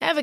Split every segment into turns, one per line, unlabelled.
Ever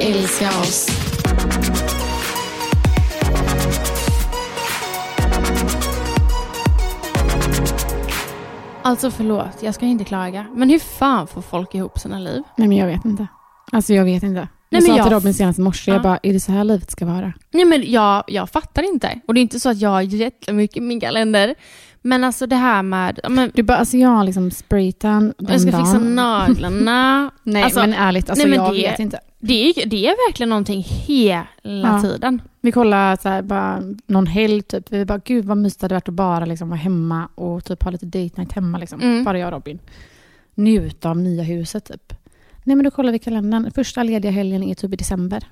Älska oss.
Alltså förlåt, jag ska inte klaga. Men hur fan får folk ihop sina liv?
Nej men jag vet inte. Alltså jag vet inte.
men
jag sa
jag-
till Robin senast i morse,
Ja.
jag bara, är det så här livet ska vara?
Nej men jag, jag fattar inte. Och det är inte så att jag har jättemycket i min kalender. Men alltså det här med... ja, Men,
Du bara, alltså jag har liksom spraytan den
jag ska
dagen.
fixa naglarna.
Nej
Alltså,
men ärligt, alltså
nej, men
jag
det-
vet inte.
Det är, det är verkligen någonting hela
Ja.
tiden.
Vi kollade så här, bara någon helg typ. Vi bara, gud vad mysigt det hade varit att bara liksom vara hemma och typ ha lite date night hemma. Liksom.
Mm.
Bara jag och Robin. Njuta av nya huset typ. Nej men då kollar vi kalendern. Första lediga helgen är typ i december.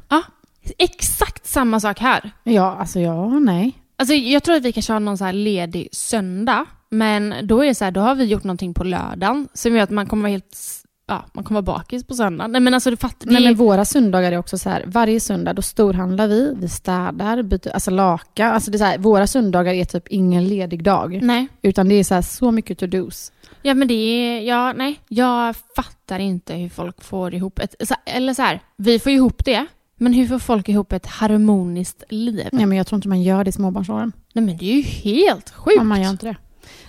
Exakt samma sak här.
Ja, alltså ja, nej.
Alltså, jag tror att vi kanske har någon så här ledig söndag, men då är det så här, då har vi gjort någonting på lördagen som gör att man kommer vara helt s- ja, man kommer vara bakis på söndagen. Nej men alltså du fattar, det
Nej
är-
men våra söndagar är också så här. Varje söndag då storhandlar vi, vi städar, byter, alltså laka. Alltså det är så här, våra söndagar är typ ingen ledig dag.
Nej,
Utan det är så här så mycket to-dos.
ja men det är, ja nej, jag fattar inte hur folk får ihop ett, så, eller så här, vi får ihop det, men hur får folk ihop ett harmoniskt liv?
Nej men jag tror inte man gör det i småbarnsåren.
Nej men det är ju helt sjukt.
Ja, man gör inte det.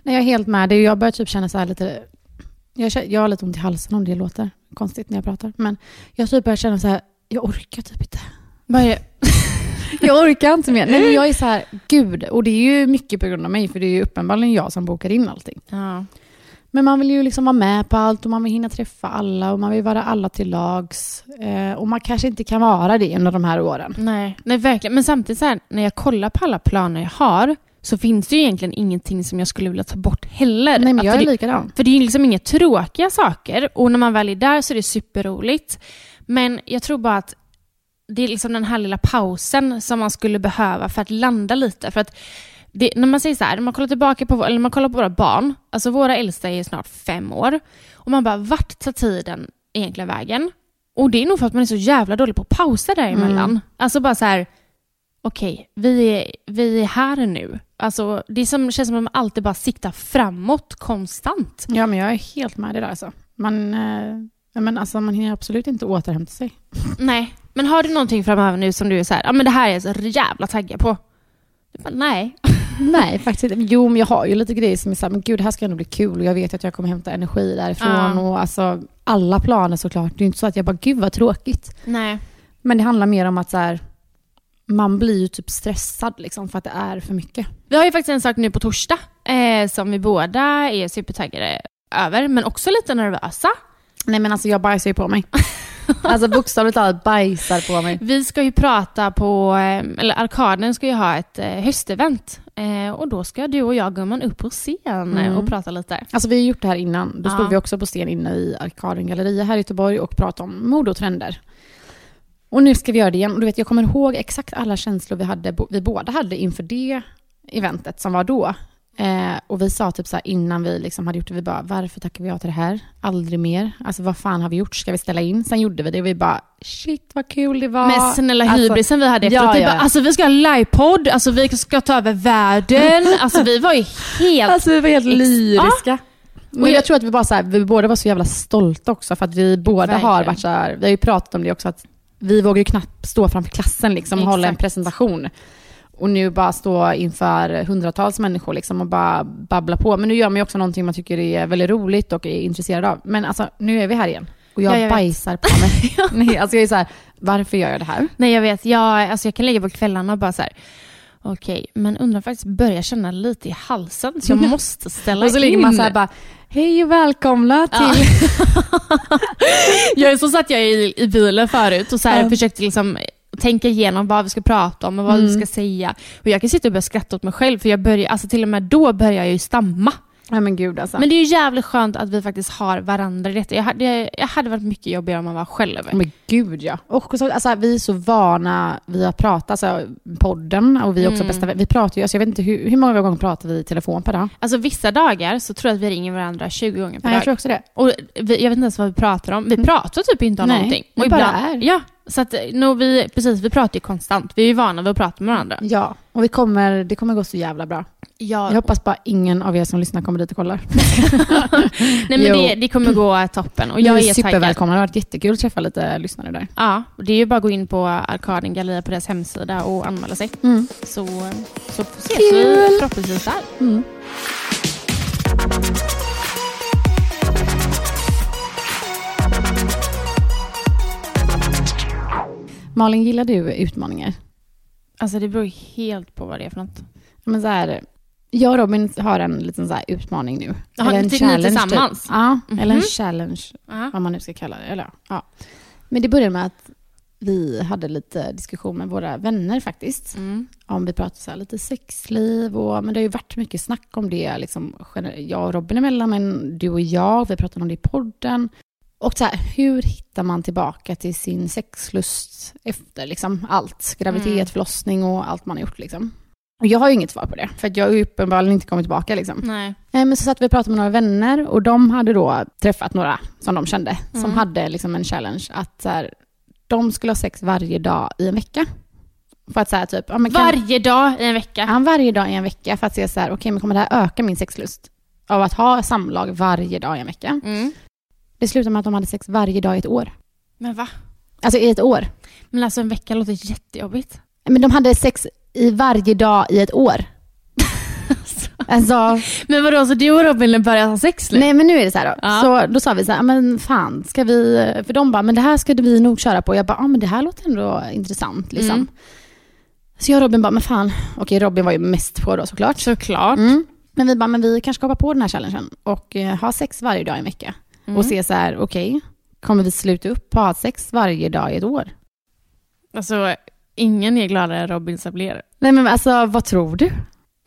Nej, jag är helt med dig. Jag börjar typ känna så här lite... Jag, kä- jag har lite ont i halsen om det låter konstigt när jag pratar. Men jag typ börjar känna så här, jag orkar typ inte.
Vad är-
Jag orkar inte mer. Nej, men jag är så här, gud. Och det är ju mycket på grund av mig, för det är ju uppenbarligen jag som bokar in allting.
ja.
Men man vill ju liksom vara med på allt och man vill hinna träffa alla och man vill vara alla till lags. Eh, och man kanske inte kan vara det under de här åren.
Nej, nej verkligen. Men samtidigt så här, när jag kollar på alla planer jag har så finns det ju egentligen ingenting som jag skulle vilja ta bort heller.
Nej, men jag
Att
är
det,
likadan.
för det är ju liksom inga tråkiga saker och när man väl är där så är det superroligt. Men jag tror bara att det är liksom den här lilla pausen som man skulle behöva för att landa lite. För att det, när man säger så här, när man kollar tillbaka på, vår- eller man kollar på våra barn, alltså våra äldsta är snart fem år, och man bara, vart tar tiden egentligen vägen? Och det är nog för att man är så jävla dålig på att pausa däremellan. Alltså bara så här, okej, vi, är- vi är här nu. Alltså det är som, känns som att man alltid bara siktar framåt konstant.
Ja, men jag är helt med dig där alltså. Man, eh, ja, men alltså, man hinner absolut inte återhämta sig.
Nej, men har du någonting framöver nu som du är så här, ja men det här är jag så jävla taggad på? Jag bara, nej.
Nej, faktiskt inte. Jo, men jag har ju lite grejer som är såhär, men gud, det här ska ändå bli kul och jag vet att jag kommer hämta energi därifrån
Ja.
och alltså alla planer såklart. Det är ju inte så att jag bara, gud vad tråkigt.
Nej.
Men det handlar mer om att så här, man blir ju typ stressad liksom för att det är för mycket.
Vi har ju faktiskt en sak nu på torsdag eh, som vi båda är supertaggade över, men också lite nervösa.
Nej men alltså jag bajsar ju på mig. alltså bokstavligt talat bajsar på mig.
Vi ska ju prata på, eh, eller Arkaden ska ju ha ett eh, höstevent eh, och då ska du och jag gumman upp på scen eh,
Mm.
och prata lite.
Alltså vi har gjort det här innan. Då stod
Ja.
vi också på scen inne i Arkaden galleria här i Göteborg och pratade om mode och trender. Och nu ska vi göra det igen. Och du vet, jag kommer ihåg exakt alla känslor vi, hade, vi båda hade inför det eventet som var då. Eh, och vi sa typ så här innan vi liksom hade gjort det, vi bara varför tackar vi ja till det här? Aldrig mer. Alltså vad fan har vi gjort? Ska vi ställa in? Sen gjorde vi det och vi bara shit vad kul det var.
Men snälla
Alltså,
hybrisen vi hade
ja,
efteråt. vi
ja,
bara,
ja.
Alltså vi ska ha livepodd, alltså vi ska ta över världen. Alltså vi var ju helt...
Alltså vi var helt
Ex-
lyriska. Men jag tror att vi, bara så här, vi båda var så jävla stolta också för att vi båda har
Verkligen.
varit så här, vi har ju pratat om det också, att vi vågar ju knappt stå framför klassen liksom, och hålla en
Exakt.
presentation. Och nu bara stå inför hundratals människor liksom, och bara babbla på. Men nu gör man ju också någonting man tycker är väldigt roligt och är intresserad av. Men alltså, nu är vi här igen. Och jag,
Ja, jag vet.
bajsar på mig. Nej, alltså jag är så här, varför gör jag det här?
Nej, jag vet. Jag, alltså jag kan ligga på kvällarna och bara så här. Okej, men undrar faktiskt börjar känna lite i halsen så jag måste ställa in.
Mm. Och så ligger man så här bara, "Ah." hej och välkomna till...
Ja. jag är så satt jag i, i bilen förut och så här
Ja.
försökte liksom tänka igenom vad vi ska prata om och vad vi
Mm.
ska säga. Och jag kan sitta och börja skratta åt mig själv för jag börjar, alltså till och med då börjar jag ju stamma.
Nej men gud alltså.
Men det är ju jävligt skönt att vi faktiskt har varandra i detta. Jag hade, jag hade varit mycket jobbigare om man var själv.
Men gud ja. Och så, alltså, vi är så vana, vi har pratat, alltså, podden och vi är också
Mm.
bästa vänner. Vi pratar ju, alltså, jag vet inte hur, hur många gånger pratar vi i telefon per dag?
Alltså vissa dagar så tror jag att vi ringer varandra 20 gånger per dag.
också det.
Och vi, jag vet inte ens vad vi pratar om. Vi pratar typ inte om
Nej,
någonting.
vi
Och
bara är.
Ja, så att no, vi, precis, vi pratar ju konstant. Vi är ju vana vid att prata med varandra.
Ja, och vi kommer, det kommer gå så jävla bra.
Ja,
Jag hoppas bara ingen av er som lyssnar kommer dit och kollar.
Nej, men
Jo.
det, det kommer gå toppen. Och
Ni
jag
är
är taggad.
supervälkomna, det har varit jättekul att träffa lite lyssnare där.
Ja, och det är ju bara att gå in på Arkaden Galleria på deras hemsida och anmäla sig.
Mm.
Så, så ses vi
Kul!
förhoppningsvis där.
Mm. Malin, gillar du utmaningar?
Alltså det beror ju helt på vad det är för något.
Men så här, jag och Robin har en liten så här utmaning nu.
Jaha,
en
ni- ni tillsammans?
Typ. Ja, eller en
Mhm.
challenge, vad man nu ska kalla det. Eller, ja. ja. Men det började med att vi hade lite diskussion med våra vänner faktiskt.
Mm.
Om vi pratade så här, lite sexliv och, men det har ju varit mycket snack om det, liksom, gener- jag och Robin emellan, men du och jag, vi pratade om det i podden. Och så här, hur hittar man tillbaka till sin sexlust efter liksom, allt? Graviditet,
Mm.
förlossning och allt man har gjort. Liksom. Och jag har ju inget svar på det, för att jag har ju uppenbarligen inte kommit tillbaka. Liksom.
Nej.
Eh, Men så satt vi och pratade med några vänner och de hade då träffat några som de kände, som
Mm.
hade liksom en challenge att så här, de skulle ha sex varje dag i en vecka. För att så här, typ, ja, men kan-
Varje dag i en vecka.
Ja, varje dag i en vecka för att se så här, okej, men kommer det här öka min sexlust? Av att ha samlag varje dag i en vecka.
Mm.
Det slutade med att de hade sex varje dag i ett år.
Men va?
Alltså i ett år.
Men alltså en vecka låter jättejobbigt.
Men de hade sex i varje dag i ett år. alltså,
Men vadå, så du och Robin börjar ha sex nu?
nej men nu är det så här då.
Ja.
Så då sa vi så här, "Ah, men fan, ska vi... För de bara, men det här ska vi nog köra på. Jag bara, ja men det här låter ändå intressant liksom.
Mm.
Så jag och Robin bara, men fan. Okej, Robin var ju mest på då såklart.
Såklart.
Mm. Men vi bara, men vi kanske ska hoppa på den här challengen och eh, ha sex varje dag i en vecka.
Mm.
Och se så här, okej, kommer vi sluta upp på att ha sex varje dag i ett år?
Alltså, ingen är gladare än Robin Sabler.
Nej men alltså vad tror du?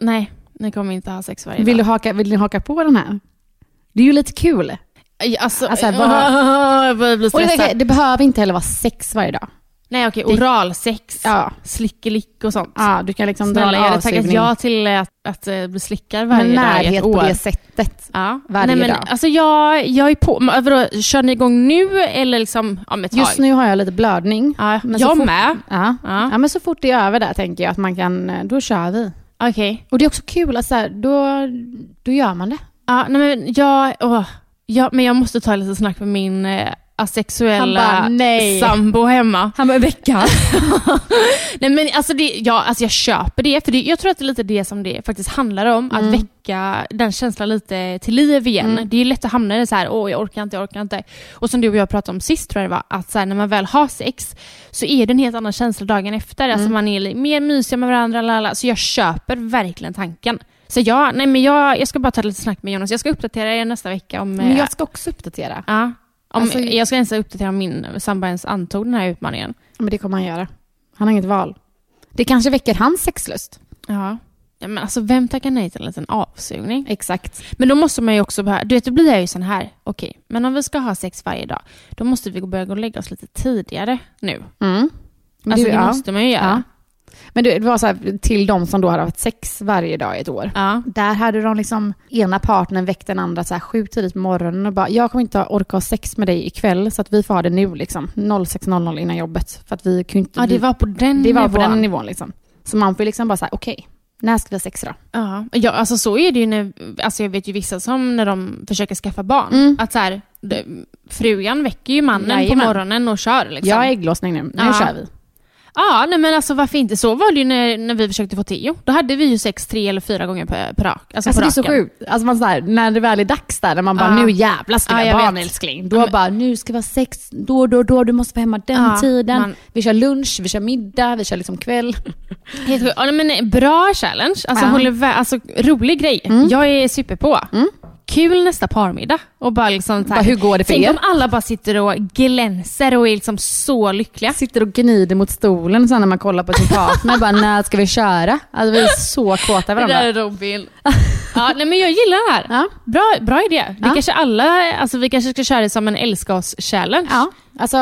Nej, ni kommer inte ha sex varje
Vill, du
dag.
haka, vill ni haka på den här? Det är ju lite kul.
Du... Alltså,
Alltså, vad-
jag börjar bli
Och det,
stressad.
det behöver inte heller vara sex varje dag.
Nej okej,
det-
oralsex,
Ja,
slickelick och sånt.
ja du kan liksom
Snälla,
dra
jag
en
hade tackat
avsugning.
ja till eh, att, att eh, bli slickad
med
varje dag i
närhet
ett
på
år.
det sättet.
Ja.
varje
Nej, men,
dag.
Alltså jag, jag är på. Men, eh, vadå, kör ni igång nu eller liksom om ett
Just
tag?
nu har jag lite blödning.
Ja,
Men så
jag
fort-
med.
Ja.
Ja.
ja, men så fort det är över där tänker jag att man kan, eh, då kör vi.
Okej.
Och det är också kul, att så här, då, då gör man det.
Ja, nej, men jag, åh, jag, men jag måste ta lite snack med min eh,
Han
asexuella
bara, nej.
sambo hemma.
Han var i veckan.
Nej, men alltså, det, ja, alltså jag köper det, för det, jag tror att det är lite det som det faktiskt handlar om. Att
Mm.
väcka den känslan lite till liv igen.
Mm.
Det är ju lätt att hamna i det så här, åh jag orkar inte, jag orkar inte. Och som du och jag pratade om sist tror jag det var, att så här, när man väl har sex så är det en helt annan känsla dagen efter. Alltså
Mm.
man är li- mer mysig med varandra, lalala. så jag köper verkligen tanken. Så jag, nej, men jag, jag ska bara ta lite snack med Jonas. Jag ska uppdatera er nästa vecka om...
Men
eh,
jag ska också uppdatera.
ja, om
Alltså-
jag ska ens uppdatera om min sambo ens antog den här utmaningen.
Men det kommer han göra. Han har inget val. Det kanske väcker hans sexlust.
Ja. Ja, men alltså vem tackar nej till en liten avsugning?
Exakt.
Men då måste man ju också börja, du vet då blir jag ju sån här, okej, men om vi ska ha sex varje dag, då måste vi börja gå och lägga oss lite tidigare nu.
Mm. Men,
Alltså
du,
det
ja.
måste man ju göra.
Ja. Men du, det var så här, till de som då hade haft sex varje dag i ett år.
Ja.
Där hade de liksom, ena partnern väckt den andra så här sjukt tidigt på morgonen och bara, jag kommer inte ha- orka ha sex med dig ikväll så att vi får ha det nu liksom. 06.00 innan jobbet. För att vi kunde inte...
Ja, det var på den
det var på
nivån.
den nivån liksom. Så man får liksom bara säga okej, När ska vi ha sex då?
Ja, ja alltså så är det ju när, alltså jag vet ju vissa som när de försöker skaffa barn.
Mm.
Att så här, det- frugan väcker ju mannen på
Jajamän.
morgonen och kör. Liksom.
Jag har ägglossning nu, nu
Ja.
kör vi.
Ja, nej men alltså varför inte? Så var det ju när, när vi försökte få Theo. Då hade vi ju sex tre eller fyra gånger på, på rak. Alltså, på
Alltså det är så
raken.
sjukt. Alltså man så här, när det väl är dags där, när man bara
Ja.
nu jävlar ska
Ja,
vi
jag
ha barn
vet.
älskling. Då
Ja, men-
bara nu ska vi ha sex, då då då, du måste vara hemma den
Ja,
tiden.
man-
Vi kör lunch, vi kör middag, vi kör liksom kväll.
Helt sjukt. Ja, nej, men nej, bra challenge. Alltså,
Ja. Mm.
håller vä- alltså rolig grej. Jag är superpå. Kul nästa parmiddag. Och bara liksom, så här,
Bara, hur går det för
Tänk
er?
om alla bara sitter och glänser och är liksom så lyckliga.
Sitter och gnider mot stolen sen när man kollar på sin partner. bara när ska vi köra? Alltså vi är så kåta
Det där
varandra.
är Robin. ja, nej, men jag gillar det här.
Ja.
Bra, bra idé. Vi,
Ja.
kanske alla, alltså, vi kanske ska köra det som en älska oss-challenge.
Ja, alltså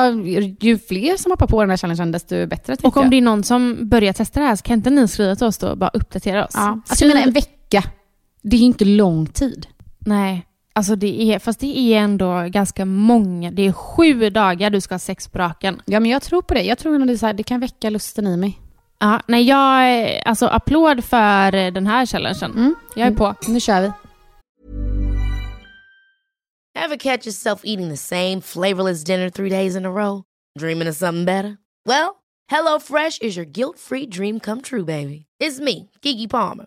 ju fler som hoppar på den här challengen desto bättre.
Och
tänker
om
jag.
det är någon som börjar testa det här så kan inte ni skriva till oss då och bara uppdatera oss?
Ja. Alltså jag menar en vecka, det är ju inte lång tid.
Nej, alltså det är, fast det är ändå ganska många. Det är sju dagar du ska ha sex på raken.
Ja men jag tror på det. Jag tror att det, är så här, det kan väcka lusten i mig.
Ja, nej, jag, eh, alltså applåd för eh, den här challengen.
Mm.
Jag är på.
Nu kör vi.
Ever catch yourself eating the same flavorless dinner three days in a row? Dreaming of something better? Well, HelloFresh is your guilt-free dream come true, baby. It's me, Gigi Palmer.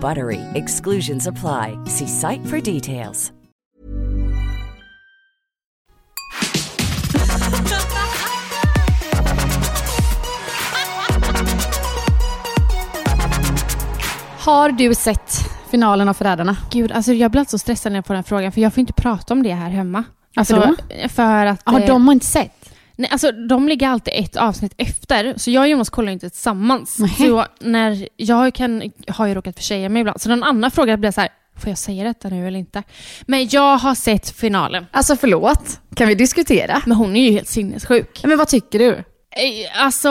BUTTERY. Exclusions apply. See site for details.
Har du sett finalen av Förrädarna?
Gud, alltså jag blir alltid så stressad när jag får den frågan för jag får inte prata om det här hemma. Alltså,
Varför
För att...
Ja,
eh,
de har inte sett.
Nej, alltså, de ligger alltid ett avsnitt efter, så jag och Jonas kollar inte tillsammans.
Nähä.
Så när jag kan, har ju råkat försäga mig ibland, så någon annan fråga blir så här, får jag säga detta nu eller inte? Men jag har sett finalen.
Alltså förlåt, kan vi diskutera?
Men hon är ju helt sinnessjuk.
Ja, Men vad tycker du?
Eh, Alltså,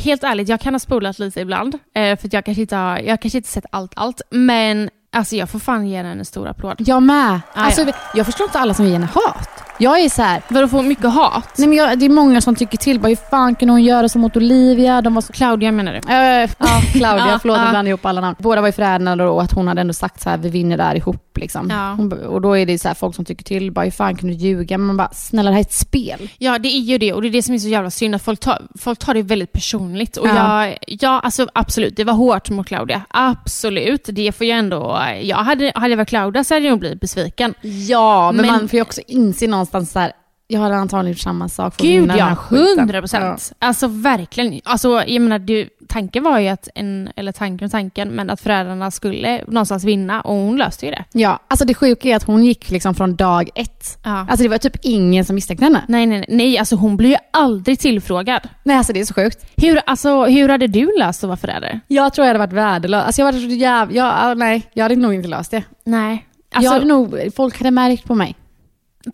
helt ärligt, jag kan ha spolat lite ibland, eh, för att jag kanske inte har jag kanske inte sett allt, allt. Men alltså, jag får fan ge henne en stor applåd.
Jag med.
Alltså,
Alltså, Jag förstår inte alla som ger henne hat. Jag är så här,
Vadå, får hon mycket hat?
nej men jag, det är många som tycker till. Bara, hur fan kunde hon göra så mot Olivia? De var så...
Claudia menar du?
Äh, ja, Claudia.
Ja,
förlåt,
ja.
jag blandade ihop alla namn. Båda var ju Förrädarna då, och att hon hade ändå sagt så här, vi vinner där ihop. Liksom.
Ja.
Hon, bara- och då är det så här, folk som tycker till. Bara, hur fan kunde du ljuga? Men man bara, snälla det här är ett spel.
Ja, det är ju det. Och det är det som är så jävla synd, att folk tar, folk tar det väldigt personligt. Och
Ja.
jag, ja, alltså absolut, det var hårt mot Claudia. Absolut, det får jag ändå... Jag hade, hade jag varit Claudia så hade jag nog blivit besviken.
Ja, men,
Men-
man får ju också inse någonstans så här, jag hade antagligen gjort samma sak. för att
Gud
vinna den här
ja,
skiten.
hundra procent. Alltså verkligen. Alltså, jag menar, du, tanken var ju att, en, eller tanken och tanken, men att föräldrarna skulle någonstans vinna och hon löste ju det.
Ja, alltså det sjuka är att hon gick liksom från dag ett.
Ja.
Alltså det var typ ingen som misstänkte henne.
Nej, nej, nej, nej, alltså hon blir ju aldrig tillfrågad.
Nej, alltså det är så sjukt.
Hur, alltså, hur hade du löst att vara förälder?
Jag tror jag hade varit värdelös. Alltså jag hade varit så jävla... Jag, ah, nej, jag hade nog inte löst det.
Nej.
jag
Alltså,
hade nog, folk hade märkt på mig.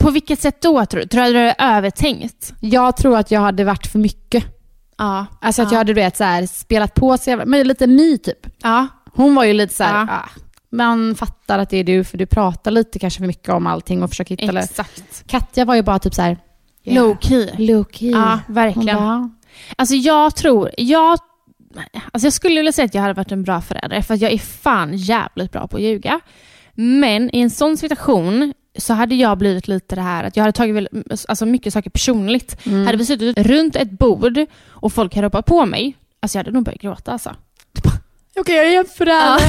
På vilket sätt då tror du? Tror du att du har övertänkt?
Jag tror att jag hade varit för mycket.
Ja.
Alltså att
Ja.
jag hade du vet, så här, spelat på sig, men lite my typ.
Ja.
Hon var ju lite så här,
Ja.
ah, man fattar att det är du för du pratar lite kanske för mycket om allting och försöker hitta... Eller,
Exakt.
Katja var ju bara typ så här,
Low key.
low key.
Ja,
Hon
verkligen.
bara,
Alltså jag tror, jag, alltså jag skulle vilja säga att jag hade varit en bra förälder för att jag är fan jävligt bra på att ljuga. Men i en sån situation så hade jag blivit lite det här att jag hade tagit väl, alltså mycket saker personligt. Hade vi suttit runt ett bord och folk hade hoppat på mig, alltså jag hade nog börjat gråta alltså.
Okej, jag är en förälder.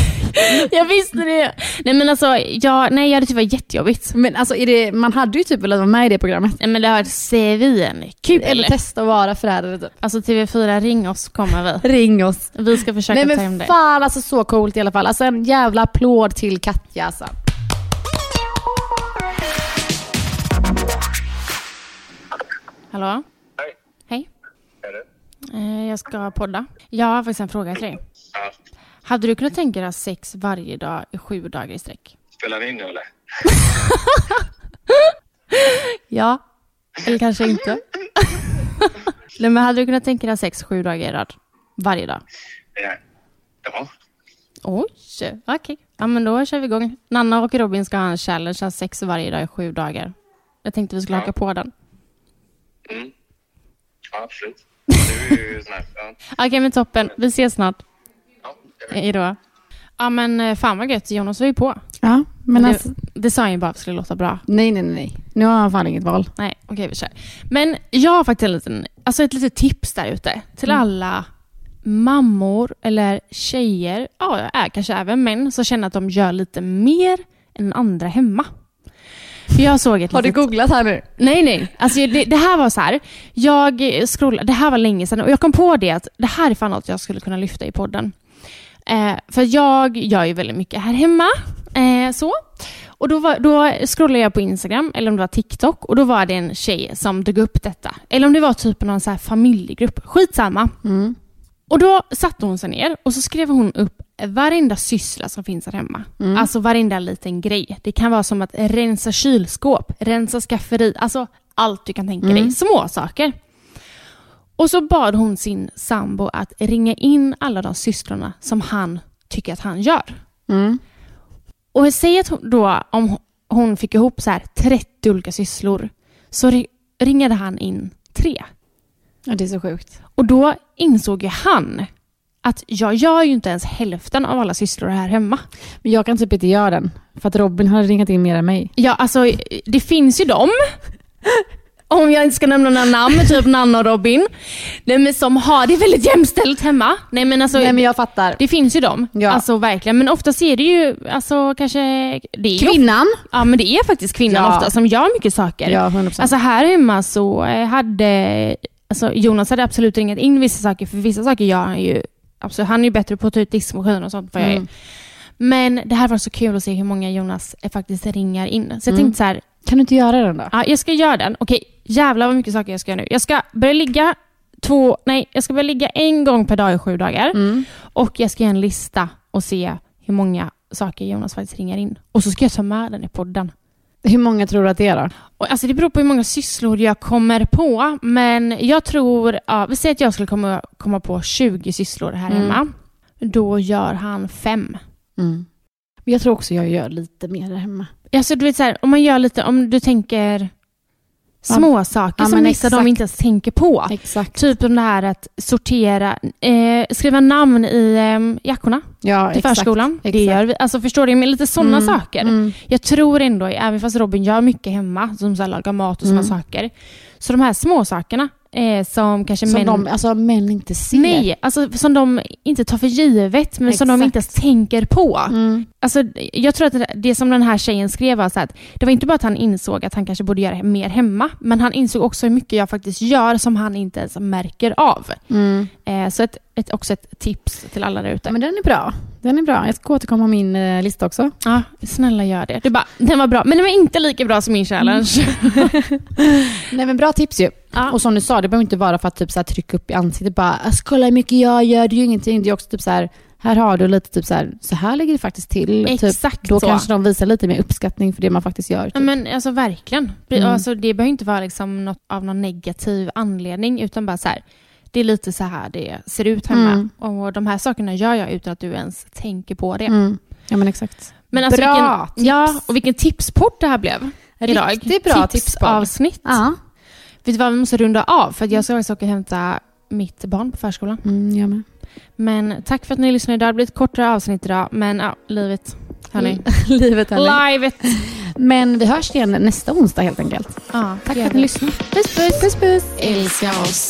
jag visste det. Nej men alltså, jag, nej, jag hade tyckt det var jättejobbigt.
Men alltså, är det, man hade ju typ velat vara med i det programmet.
Nej men det har varit svinkul.
Typ, Eller testa att vara förälder typ.
Alltså TV4, ring oss kommer vi.
Ring oss.
Vi ska försöka
Nej
ta hem
men
dig.
fan alltså så coolt i alla fall. Alltså en jävla applåd till Katja alltså.
Hallå?
Hej,
Hej.
är er det?
Eh, jag ska podda. Jag har faktiskt en fråga till dig.
Ja.
Hade du kunnat tänka dig att ha sex varje dag i sju dagar i sträck?
Spelar vi in nu eller?
Ja. Eller kanske inte. Nej, men hade du kunnat tänka dig att ha sex sju dagar i rad? Varje dag?
Ja. ja.
Oj, okej. Ja, men då kör vi igång. Nanna och Robin ska ha en challenge, ha sex varje dag i sju dagar. Jag tänkte vi skulle haka på den.
ja absolut. Du är ju sån här. Ja.
Okej, men toppen. Vi ses snart.
Ja. er
Hejdå. Ja, men eh, fan vad gött. Jonas var ju på.
Ja, men alltså.
det, det sa jag ju bara för att det skulle låta bra.
Nej, nej, nej, nej. Nu har han fan inget val.
Nej, okej vi kör. Men jag har faktiskt en liten, alltså ett litet tips där ute till alla mammor eller tjejer, ja är kanske även män, som känner att de gör lite mer än andra hemma. För Jag såg ett litet...
googlat här nu?
Nej, nej. Alltså, det, det här var så här. Jag scrollade, det här var länge sedan och jag kom på det att det här är fan något jag skulle kunna lyfta i podden. Eh, för jag gör ju väldigt mycket här hemma. Eh, så. Och då, var, då scrollade jag på Instagram, eller om det var TikTok, och då var det en tjej som tog upp detta. Eller om det var typ någon så här familjegrupp. Skitsamma. Och då satte hon sig ner och så skrev hon upp varenda syssla som finns här hemma. Alltså varenda liten grej. Det kan vara som att rensa kylskåp, rensa skafferi, alltså allt du kan tänka dig. Små saker. Och så bad hon sin sambo att ringa in alla de sysslorna som han tycker att han gör. Och säg att hon då, om hon- hon fick ihop så här 30 olika sysslor, så ri- ringade han in tre.
Ja, det är så sjukt.
Och då insåg ju han att jag gör ju inte ens hälften av alla sysslor här hemma.
Men jag kan typ inte göra den. För att Robin har ringat in mer än mig.
Ja, alltså det finns ju dem. Om jag inte ska nämna några namn, typ Nanna och Robin. Nej men som har det väldigt jämställt hemma. Nej men alltså,
jag fattar.
det finns ju dem.
Ja.
Alltså verkligen. Men oftast är det ju, alltså kanske... Det är ju
Kvinnan.
Ja, men det är faktiskt kvinnan
Ja.
ofta som gör mycket saker.
Ja, 100%.
Alltså här hemma så eh, hade alltså Jonas hade absolut ringat in vissa saker, för vissa saker gör han ju absolut. Han är ju bättre på att ta ut diskmaskinen och sånt vad jag är. Men det här var så kul att se hur många Jonas eh, faktiskt ringar in. Så jag tänkte så här,
Kan du inte göra den då?
ja, jag ska göra den. Okej, jävlar vad mycket saker jag ska göra nu. Jag ska börja ligga två, nej, jag ska börja ligga en gång per dag i sju dagar. Och jag ska göra en lista och se hur många saker Jonas faktiskt ringar in. Och så ska jag ta med den i podden.
Hur många tror du att det är då?
Och alltså det beror på hur många sysslor jag kommer på, men jag tror, ja, vi säger att jag skulle komma, komma på 20 sysslor här
Mm.
hemma. Då gör han fem. Mm.
Men jag tror också jag gör lite mer där hemma.
Alltså du vet så här, om man gör lite, om du tänker
Ja.
små saker
Ja,
som
men
vissa de
exakt.
inte ens tänker på.
Exakt.
Typ om det här att sortera, eh, skriva namn i eh, jackorna
Ja,
till
exakt.
förskolan.
Exakt.
Det gör vi. Alltså förstår du? Men lite sådana
Mm,
saker.
Mm.
Jag tror ändå, även fast Robin gör mycket hemma, som så här, lagar mat och sådana
Mm.
saker, så de här små sakerna eh, som kanske
Som
män...
de alltså, män inte ser.
Nej, alltså som de inte tar för givet, men som de
Exakt.
inte ens tänker på.
Mm.
Alltså, jag tror att det- det som den här tjejen skrev var så här att det var inte bara att han insåg att han kanske borde göra mer hemma, men han insåg också hur mycket jag faktiskt gör som han inte ens märker av.
Mm.
Eh, så ett, ett, också ett tips till alla där ute.
Ja, men den är bra. Den är bra. Jag ska återkomma med min eh, lista också.
Ja, snälla gör det. Du bara, den var bra, men den var inte lika bra som min challenge.
Nej men bra tips ju.
Ja.
Och som du sa, det behöver inte vara för att typ så här, trycka upp i ansiktet bara alltså, “kolla hur mycket jag gör, det är ju ingenting”. Det är också typ så här, här har du lite typ så här, så här ligger det faktiskt till. typ,
Exakt
då
så.
kanske de visar lite mer uppskattning för det man faktiskt gör. Typ.
Ja, men alltså verkligen. Det-
Mm.
Alltså, det behöver inte vara liksom något av någon negativ anledning, utan bara så här, det är lite så här det ser ut hemma.
Mm.
Och de här sakerna gör jag utan att du ens tänker på det.
Mm. Ja men exakt.
Men alltså,
Bra
vilken,
tips.
Ja, och vilken tipsport det här blev idag.
Riktigt bra tipspodd.
Tipsavsnitt.
Ja,
Vet du vad, vi måste runda av, för att jag ska faktiskt åka och hämta mitt barn på förskolan.
mm, jag med.
Men tack för att ni lyssnade idag. Det blir ett kortare avsnitt idag, men ja, livet. Hörni.
Livet eller?
Livet.
Men vi hörs igen nästa onsdag helt enkelt.
Ja,
Tack för att ni lyssnade. Puss puss. puss, puss. Älska oss.